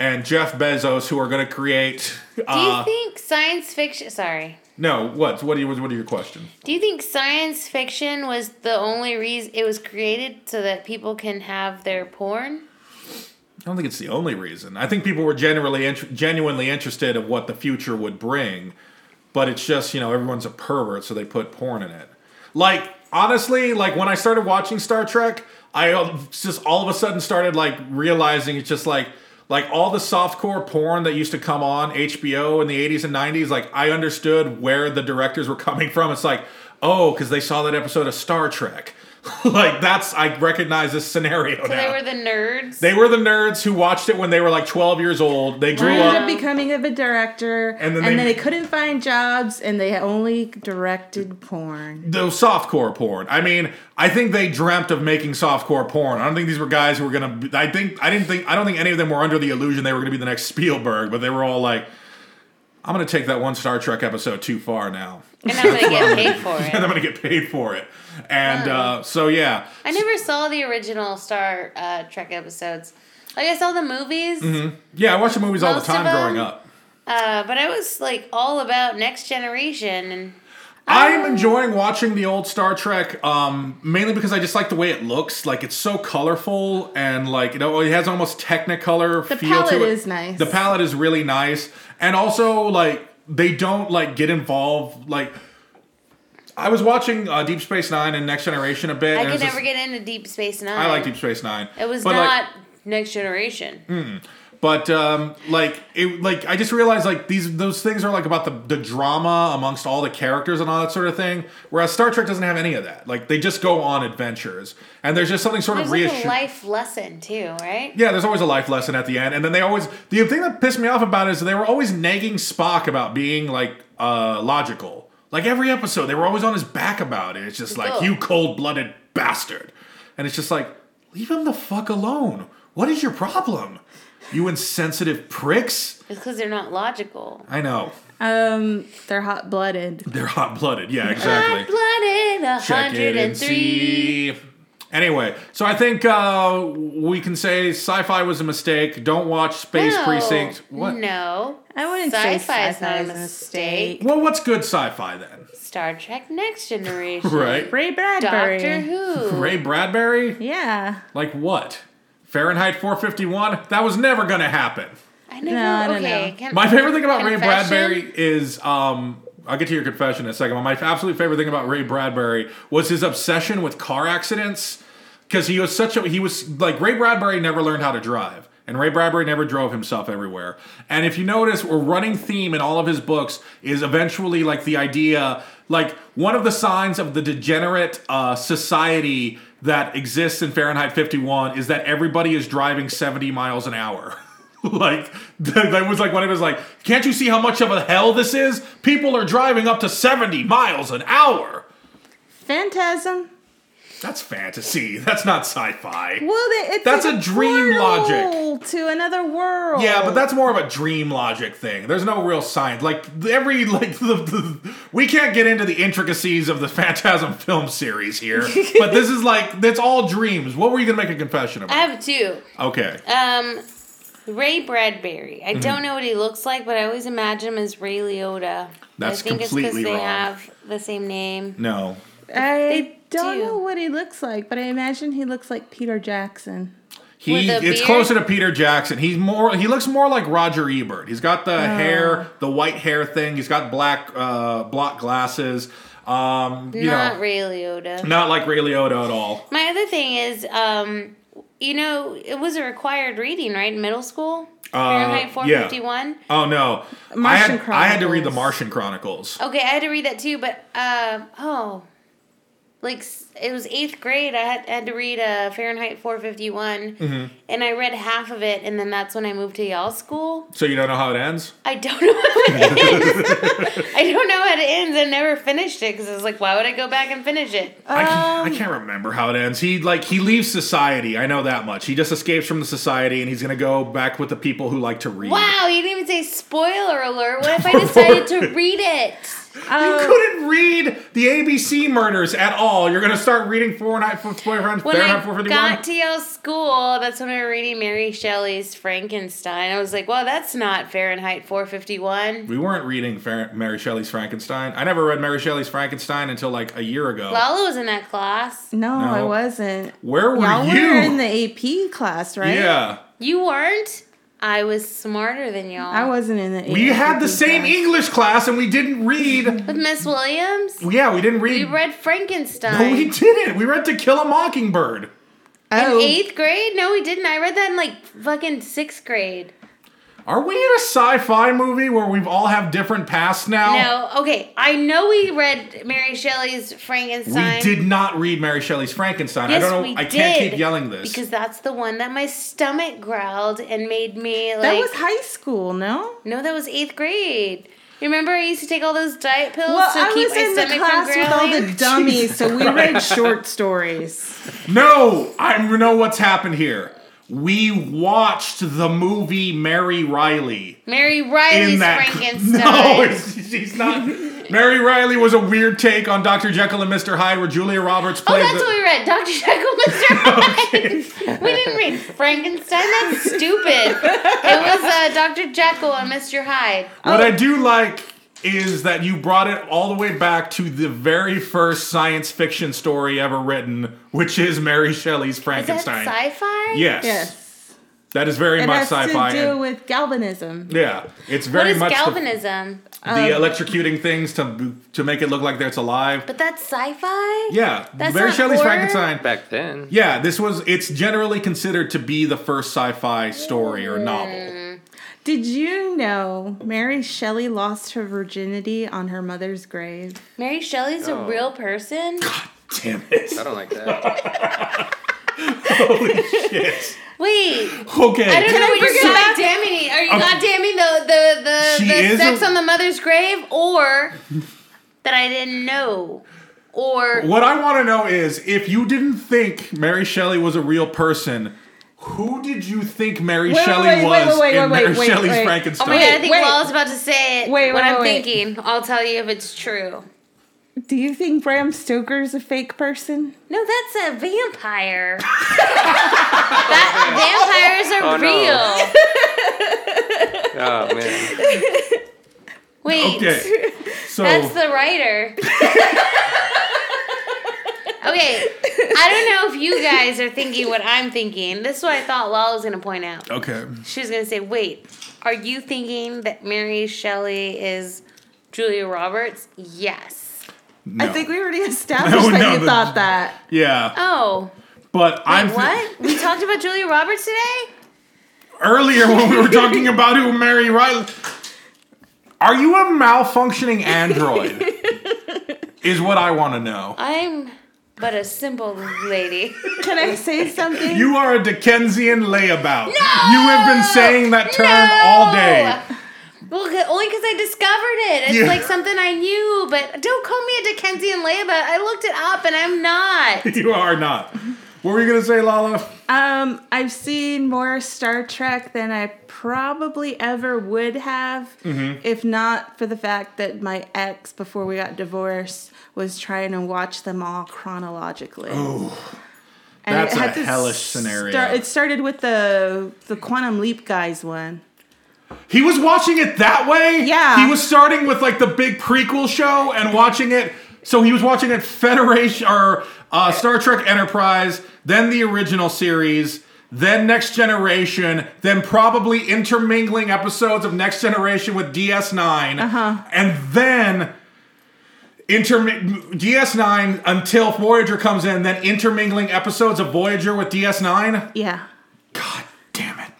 S4: and Jeff Bezos who are going to create.
S2: Do you
S4: Uh,
S2: think science fiction? Sorry.
S4: no, what? What are you, What are your question?
S2: Do you think science fiction was the only reason it was created so that people can have their porn?
S4: I don't think it's the only reason. I think people were generally int- genuinely interested of what the future would bring, but it's just you know everyone's a pervert, so they put porn in it. Like honestly, like when I started watching Star Trek, I uh, just all of a sudden started like realizing it's just like like all the softcore porn that used to come on HBO in the 80s and 90s. Like I understood where the directors were coming from. It's like oh, because they saw that episode of Star Trek. like that's I recognize this scenario
S2: So
S4: now.
S2: they were the nerds.
S4: They were the nerds who watched it when they were like 12 years old. They grew
S1: Ended up
S4: up.
S1: becoming a director,
S4: And
S1: and
S4: then
S1: then,
S4: they-
S1: they couldn't find jobs, and they only directed porn.
S4: The softcore porn. I mean, I think they dreamt of making softcore porn. I don't think these were guys who were gonna. Be, I think I didn't think I don't think any of them were under the illusion they were gonna be the next Spielberg. But they were all like, "I'm gonna take that one Star Trek episode too far now,
S2: and I'm gonna get paid for
S4: and I'm
S2: it.
S4: gonna get paid for it." And uh, so yeah,
S2: I never saw the original Star uh, Trek episodes. Like I saw the movies,
S4: yeah, I watched the movies all the
S2: Most of
S4: time growing
S2: them-
S4: up.
S2: uh, but I was like all about Next Generation and
S4: I'm enjoying watching the old Star Trek, um, mainly because I just like the way it looks. Like it's so colorful and like you know, it has almost Technicolor
S1: The
S4: feel to
S1: palette
S4: it.
S1: is nice.
S4: The palette is really nice, and also like they don't like get involved. Like I was watching uh, Deep Space Nine and Next Generation a bit.
S2: I
S4: and
S2: could
S4: it's just-
S2: never get into Deep Space Nine.
S4: I like Deep Space Nine.
S2: It was
S4: but, like, Mm.
S2: not Next Generation.
S4: But um, like it, like I just realized like these those things are like about the, the drama amongst all the characters and all that sort of thing. Whereas Star Trek doesn't have any of that. Like they just go on adventures, and there's just something sort
S2: There's
S4: of
S2: like
S4: reassuring.
S2: a life lesson too, right?
S4: yeah, there's always a life lesson at the end, and then they always the thing that pissed me off about it is they were always nagging Spock about being like uh, logical. Like every episode, they were always on his back about it. It's just like
S2: Ugh.
S4: you cold blooded bastard, and it's just like leave him the fuck alone. What is your problem? You insensitive pricks.
S2: It's because they're not logical.
S4: I know.
S1: Um, they're hot blooded.
S4: They're hot blooded. Yeah,
S2: Hot
S4: exactly.
S2: blooded,
S4: Check it and
S2: 103.
S4: see. Anyway, so I think uh, we can say sci fi was a mistake. Don't watch Space
S2: No,
S4: Precinct. What?
S2: No.
S1: I wouldn't say
S2: Sci-fi is not a
S1: sci-fi is a
S2: mistake.
S4: Well, what's good sci fi then?
S2: Star Trek Next Generation.
S4: Right?
S1: Ray Bradbury.
S2: Doctor Who.
S4: Ray Bradbury?
S1: Yeah.
S4: Like what? Fahrenheit 451? That was never going to happen.
S2: I never.
S1: No, I don't
S2: okay.
S1: know.
S2: Can,
S4: My favorite thing about Ray
S2: confession?
S4: Bradbury is um I'll get to your confession in a second, but my absolute favorite thing about Ray Bradbury was his obsession with car accidents. Because he was such a he was like Ray Bradbury never learned how to drive. And Ray Bradbury never drove himself everywhere. And if you notice, a running theme in all of his books is eventually like the idea, like one of the signs of the degenerate uh, society that exists in Fahrenheit 51 is that everybody is driving 70 miles an hour. like that that was like one of his like can't you see how much of a hell this is people are driving up to 70 miles an hour
S1: Phantasm.
S4: that's fantasy that's not sci-fi
S1: Well, they, it's
S4: That's
S1: like
S4: a dream logic.
S1: portal to another world.
S4: yeah but
S2: Oh.
S4: that's more of a dream logic thing there's no real science like every like the, the, we can't get into the intricacies of the phantasm film series here but this is like that's all dreams what were you gonna make a confession
S2: I
S4: about
S2: have two.
S4: okay
S2: Um, Ray Bradbury.
S4: Mm-hmm.
S2: I don't know what he looks like, but I always imagine him as Ray Liotta.
S4: That's
S2: I think it's because
S4: completely
S2: they
S4: wrong.
S2: have the same name.
S4: no
S1: I don't
S2: do.
S1: know what he looks like, but I imagine he looks like Peter Jackson.
S4: He,
S2: With a
S4: it's
S2: beard?
S4: closer to Peter Jackson. He's more. He looks more like Roger Ebert. He's got the
S2: Oh.
S4: hair, the white hair thing. He's got black uh, block glasses. Um, you
S2: Not
S4: know,
S2: Ray Liotta.
S4: not like Ray Liotta at all.
S2: My other thing is, um, you know, it was a required reading, right? in Middle school? Fahrenheit 451.
S4: Oh no, I
S1: Martian
S4: had I had to read the
S1: Chronicles.
S4: Martian Chronicles.
S2: Okay, I had to read that too, but, uh, oh. Like, s- it was eighth grade. I had, had to read uh, Fahrenheit 451, and I read half of it, and then that's when I moved to y'all school.
S4: So you don't know how it ends.
S2: I don't know how it ends. I don't know how it ends. I never finished it because I was like, why would I go back and finish it?
S4: I,
S2: Um,
S4: can't, I can't remember how it ends. He like he leaves society. I know that much. He just escapes from the society, and he's gonna go back with the people who like to read.
S2: Wow, you didn't even say spoiler alert. What if I decided to read it?
S4: you couldn't read the ABC murders at all. You're going to start reading Fahrenheit 451.
S2: When
S4: Fahrenheit
S2: I
S4: 451?
S2: got to Yale School, that's when we were reading Mary Shelley's Frankenstein. I was like, well, that's not Fahrenheit 451.
S4: we weren't reading Fair- Mary Shelley's Frankenstein. I never read Mary Shelley's Frankenstein until like a year ago.
S2: Lala was in that class.
S1: No, I
S4: No.
S1: wasn't.
S4: Where were
S1: Y'all
S4: you?
S1: were in the AP class, right?
S4: Yeah.
S2: You weren't? I was smarter than y'all.
S1: I wasn't in the.
S4: We had the
S1: AP
S4: same
S1: class.
S4: English class and we didn't read.
S2: With Miss Williams?
S4: Yeah, we didn't
S2: We
S4: read.
S2: read Frankenstein.
S4: No, we didn't. We read To Kill a Mockingbird.
S1: Oh,
S2: In eighth grade? No, we didn't. I read that in like fucking sixth grade.
S4: Are we in a sci-fi movie where we've all have different pasts now?
S2: No, okay. I know we read Mary Shelley's
S4: We
S2: Frankenstein.
S4: did not read Mary Shelley's Frankenstein. I
S2: Yes,
S4: don't know.
S2: we
S4: I can't
S2: did,
S4: keep yelling this.
S2: because that's the one that my stomach growled and made me like.
S1: that was high school, no?
S2: no, that was eighth grade. You remember I used to take all those diet pills
S1: Well,
S2: to
S1: I
S2: keep
S1: was
S2: my
S1: in the
S2: stomach from
S1: class with all
S2: growling.
S1: the dummies, so we read short stories.
S4: no, I know what's happened here. We watched the movie Mary Riley
S2: Mary Riley's
S4: in that.
S2: Frankenstein.
S4: No, it's- she's not. Mary Riley was a weird take on Dr. Jekyll and Mr. Hyde, where Julia Roberts
S2: Oh,
S4: played.
S2: that's
S4: the-
S2: what we read. Dr. Jekyll, Mr. Hyde. We didn't read Frankenstein. That's stupid. It was uh, Dr. Jekyll and Mr. Hyde.
S4: What I do like is that you brought it all the way back to the very first science fiction story ever written, which is Mary Shelley's
S2: Is that
S4: Frankenstein.
S2: sci-fi?
S4: Yes.
S1: Yes.
S4: That is very
S1: It
S4: much
S1: has
S4: sci-fi.
S1: to
S4: and-
S1: do with galvanism.
S4: yeah, it's
S2: What
S4: very
S2: is um,
S4: much the-
S2: galvanism?
S4: the, electrocuting things to to make it look like that it's alive.
S2: But that's sci-fi?
S4: yeah,
S2: That's
S4: Mary
S2: not
S4: Shelley's
S2: horror?
S4: Frankenstein.
S5: Back then.
S4: Yeah, this was. It's generally considered to be the first sci-fi story or
S2: Hmm.
S4: novel.
S1: Did you know Mary Shelley lost her virginity on her mother's grave?
S2: Mary Shelley's
S5: Oh.
S2: a real person?
S4: Damn it!
S5: I don't like that.
S2: Wait.
S4: Okay,
S2: I don't know what you're
S1: bring it back?
S2: goddamning. Are you goddamning the the
S4: She
S2: the, the
S4: is
S2: sex
S4: a-
S2: on the mother's grave or that I didn't know? Or oh
S4: What I want to know is if you didn't think Mary Shelley was a real person, who did you think Mary
S1: Wait,
S4: Shelley
S1: wait, wait, wait,
S4: was
S1: wait,
S4: in
S1: wait,
S4: Mary
S1: wait,
S4: Shelley's
S1: wait.
S2: Oh
S4: Frankenstein?
S2: my god, I think
S1: Wait.
S2: Lala's about to say it.
S1: Wait,
S2: what
S1: wait,
S2: I'm
S1: wait.
S2: thinking. I'll tell you if it's true.
S1: Do you think Bram Stoker's a fake person?
S2: No, that's a vampire. that, vampires are
S5: Oh, no. Oh
S2: real.
S5: man.
S2: Wait,
S4: okay. So
S2: that's the writer. okay, I don't know if you guys are thinking what I'm thinking. This is what I thought Lala was gonna point out.
S4: okay.
S2: She was gonna say, "Wait, are you thinking that Mary Shelley is Julia Roberts?" Yes.
S4: No.
S1: I think we already established
S4: No,
S1: that
S4: no,
S1: you
S4: the-
S1: thought that.
S4: yeah.
S2: Oh,
S4: But I'm thi-
S2: what? We talked about Julia Roberts today.
S4: earlier when we were talking about who Mary Riley. Are you a malfunctioning android? is what I want to know.
S2: I'm but a simple lady.
S1: Can I say something?
S4: You are a Dickensian layabout. No! You have been saying that term all day.
S2: Well, c- only because I discovered it. It's
S4: Yeah.
S2: like something I knew, but don't call me a Dickensian layabout. I looked it up and I'm not.
S4: You are not. What were you gonna say, Lala?
S1: Um, I've seen more Star Trek than I probably ever would have
S4: Mm-hmm.
S1: if not for the fact that my ex, before we got divorced, was trying to watch them all chronologically. Oh,
S4: that's a hellish scenario.
S1: it started with the the Quantum Leap guys one.
S4: He was watching it that way.
S1: Yeah.
S4: He was starting with like the big prequel show and watching it. So he was watching it Federation or uh, Star Trek Enterprise, then the original series, then Next Generation, then probably intermingling episodes of Next Generation with DS9, uh-huh. and then intermi- DS9 until Voyager comes in, then intermingling episodes of Voyager with DS9.
S1: Yeah.
S4: God damn it.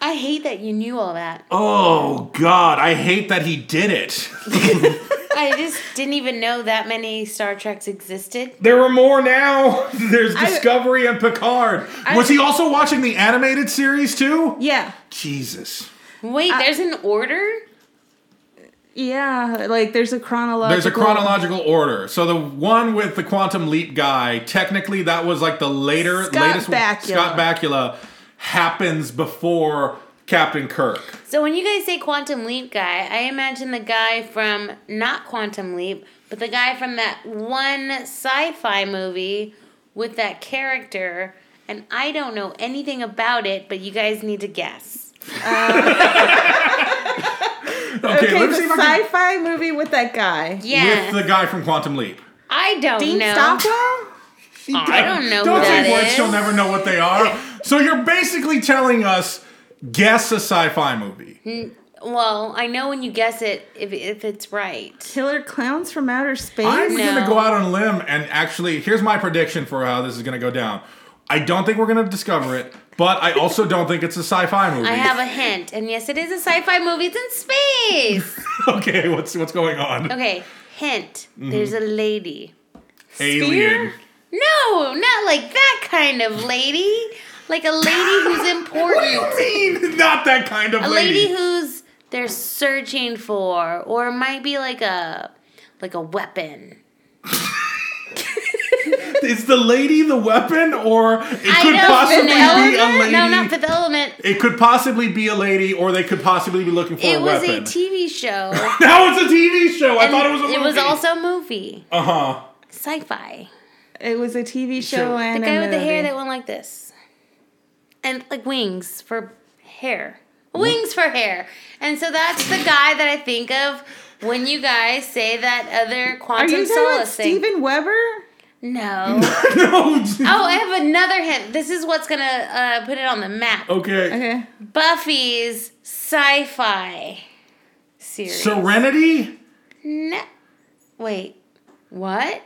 S2: I hate that you knew all that.
S4: Oh God, I hate that he did it.
S2: I just didn't even know that many Star Treks existed.
S4: There are more now. There's Discovery and Picard. Was he also watching the animated series too?
S1: Yeah.
S4: Jesus.
S2: Wait, there's an order?
S1: Yeah. Like there's a chronological
S4: There's a chronological order. So the one with the quantum leap guy, technically that was like the later
S1: Scott
S4: latest one-
S1: Bakula.
S4: Scott Bakula happens before Captain Kirk.
S2: So when you guys say Quantum Leap guy, I imagine the guy from not Quantum Leap, but the guy from that one sci-fi movie with that character, and I don't know anything about it, but you guys need to guess.
S4: Okay,
S1: okay,
S4: let me
S1: the
S4: see if I can.
S1: sci-fi movie with that guy.
S2: Yeah,
S4: With the guy from Quantum Leap.
S2: I don't
S1: Dean
S2: know.
S1: Stockwell?
S2: Oh, I don't know
S4: Don't
S2: who
S4: say
S2: that
S4: words,
S2: is.
S4: she'll never know what they are. So you're basically telling us guess a sci fi movie.
S2: Well, I know when you guess it if, if it's right.
S1: Killer Clowns from Outer Space?
S4: I'm
S2: No.
S4: gonna go out on a limb and actually, here's my prediction for how this is gonna go down. I don't think we're gonna discover it, but I also don't think it's a sci-fi movie.
S2: I have a hint, and yes, it is a sci-fi movie. It's in space.
S4: okay, what's what's going on?
S2: Okay, hint. There's
S4: Mm-hmm.
S2: a lady.
S4: Alien.
S2: No, not like that kind of lady. Like a lady who's important.
S4: What do you mean? Not that kind of
S2: a
S4: lady.
S2: lady who's they're searching for, or it might be like a like a weapon.
S4: is the lady the weapon, or it
S2: I
S4: could
S2: know
S4: possibly
S2: Fifth
S4: be a lady?
S2: Element. No, not Fifth Element.
S4: it could possibly be a lady, or they could possibly be looking for
S2: It
S4: a
S2: was
S4: weapon.
S2: a TV show.
S4: now it's a TV show. I
S2: and
S4: thought it was a movie.
S2: It was also a movie.
S4: uh huh.
S2: Sci-fi.
S1: It was a TV show
S4: Sure.
S2: The
S1: and
S2: guy
S1: a
S2: with the hair
S1: movie.
S2: that went like this. And like wings for hair. Wings for hair. And so that's the guy that I think of when you guys say that other
S1: Are you
S2: quantum
S1: talking about
S2: solace thing.
S1: Steven Weber?
S2: No.
S4: no.
S2: oh, I have another hint. This is what's gonna uh, put it on the map.
S1: Oh.
S4: Okay.
S1: Okay.
S2: Buffy's sci-fi series.
S4: Serenity.
S2: no. Wait. What?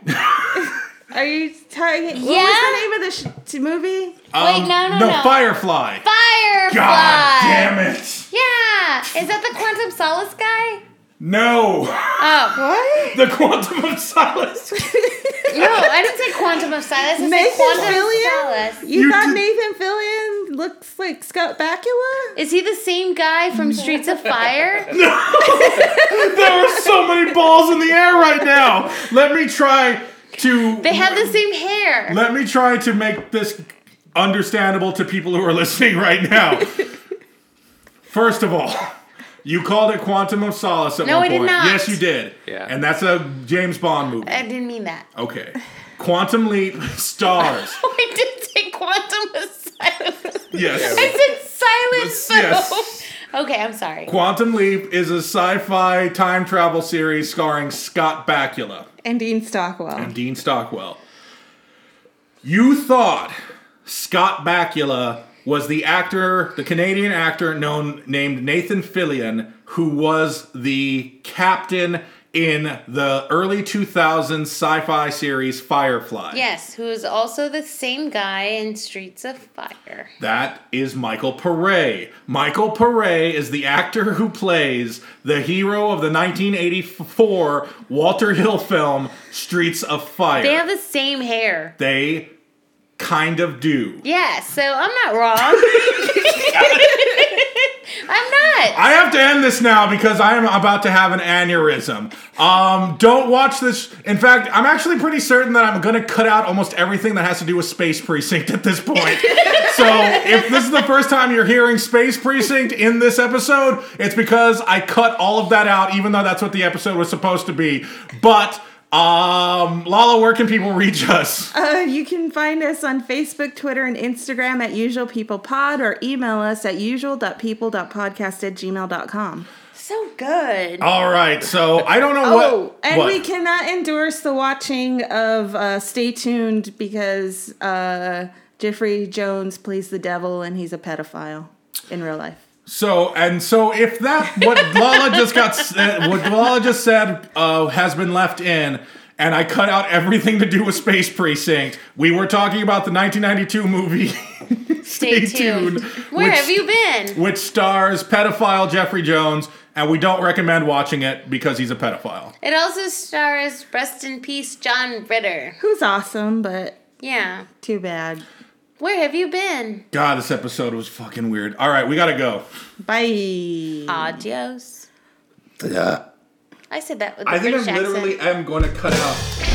S1: Are you talking? What
S2: Yeah.
S1: was the name of the sh- t- movie?
S2: Wait, no, no, no.
S4: Um, Firefly.
S2: Firefly.
S4: God damn it.
S2: Yeah. Is that the quantum solace guy?
S4: No.
S2: Oh.
S1: What?
S4: The Quantum of Solace.
S2: No, I didn't say quantum of silence. I said
S1: Nathan
S2: quantum
S1: Fillion?
S2: of solace.
S1: You,
S4: You
S1: thought
S4: did-
S1: Nathan Fillion looks like Scott Bakula?
S2: Is he the same guy from Streets of Fire?
S4: there are so many balls in the air right now. Let me try to
S2: They have the same hair.
S4: let me try to make this understandable to people who are listening right now. First of all, you called it Quantum of Solace at
S2: No,
S4: one
S2: I did
S4: point.
S2: not.
S4: Yes, you did.
S5: Yeah.
S4: And that's a James Bond movie.
S2: I didn't mean that.
S4: Okay. Quantum Leap Stars.
S2: I did say quantum of silence.
S4: Yes.
S2: I said silence.
S4: Let's- yes.
S2: though. Okay, I'm sorry.
S4: Quantum Leap is a sci-fi time travel series starring Scott Bakula.
S1: And Dean Stockwell.
S4: and Dean Stockwell. You thought Scott Bakula was the actor, the Canadian actor known named Nathan Fillion, who was the captain in the early 2000s sci-fi series Firefly.
S2: Yes, who is also the same guy in Streets of Fire.
S4: That is Michael Pare. Michael Pare is the actor who plays the hero of the 1984 Walter Hill film Streets of Fire.
S2: They have the same hair.
S4: They kind of do.
S2: Yeah, so I'm not wrong. I'm not.
S4: I have to end this now because I am about to have an aneurysm. Um, don't watch this. In fact, I'm actually pretty certain that I'm going to cut out almost everything that has to do with Space Precinct at this point. so if this is the first time you're hearing Space Precinct in this episode, it's because I cut all of that out, even though that's what the episode was supposed to be. But um, Lala, where can people reach us?
S1: Uh, you can find us on Facebook, Twitter, and Instagram at Usual People Pod or email us at usual.people.podcast at gmail.com.
S2: So good.
S4: All right, so I don't know
S1: Oh,
S4: what.
S1: and
S4: what?
S1: we cannot endorse the watching of uh, Stay Tuned because uh, Jeffrey Jones plays the devil and he's a pedophile in real life.
S4: So and so, if that what Lala just got, s- uh, what Lala just said uh, has been left in, and I cut out everything to do with Space Precinct. We were talking about the 1992 movie.
S2: Stay, tuned. Where
S4: which,
S2: have you been?
S4: Which stars pedophile Jeffrey Jones, and we don't recommend watching it because he's a pedophile.
S2: It also stars rest in peace John Ritter.
S1: Who's awesome, but
S2: Yeah.
S1: too bad.
S2: Where have you been?
S4: God, this episode was fucking weird. All right, we gotta go.
S1: Bye.
S2: Adios. I said that with a
S4: I think
S2: British
S4: I'm
S2: accent.
S4: literally am going to cut out.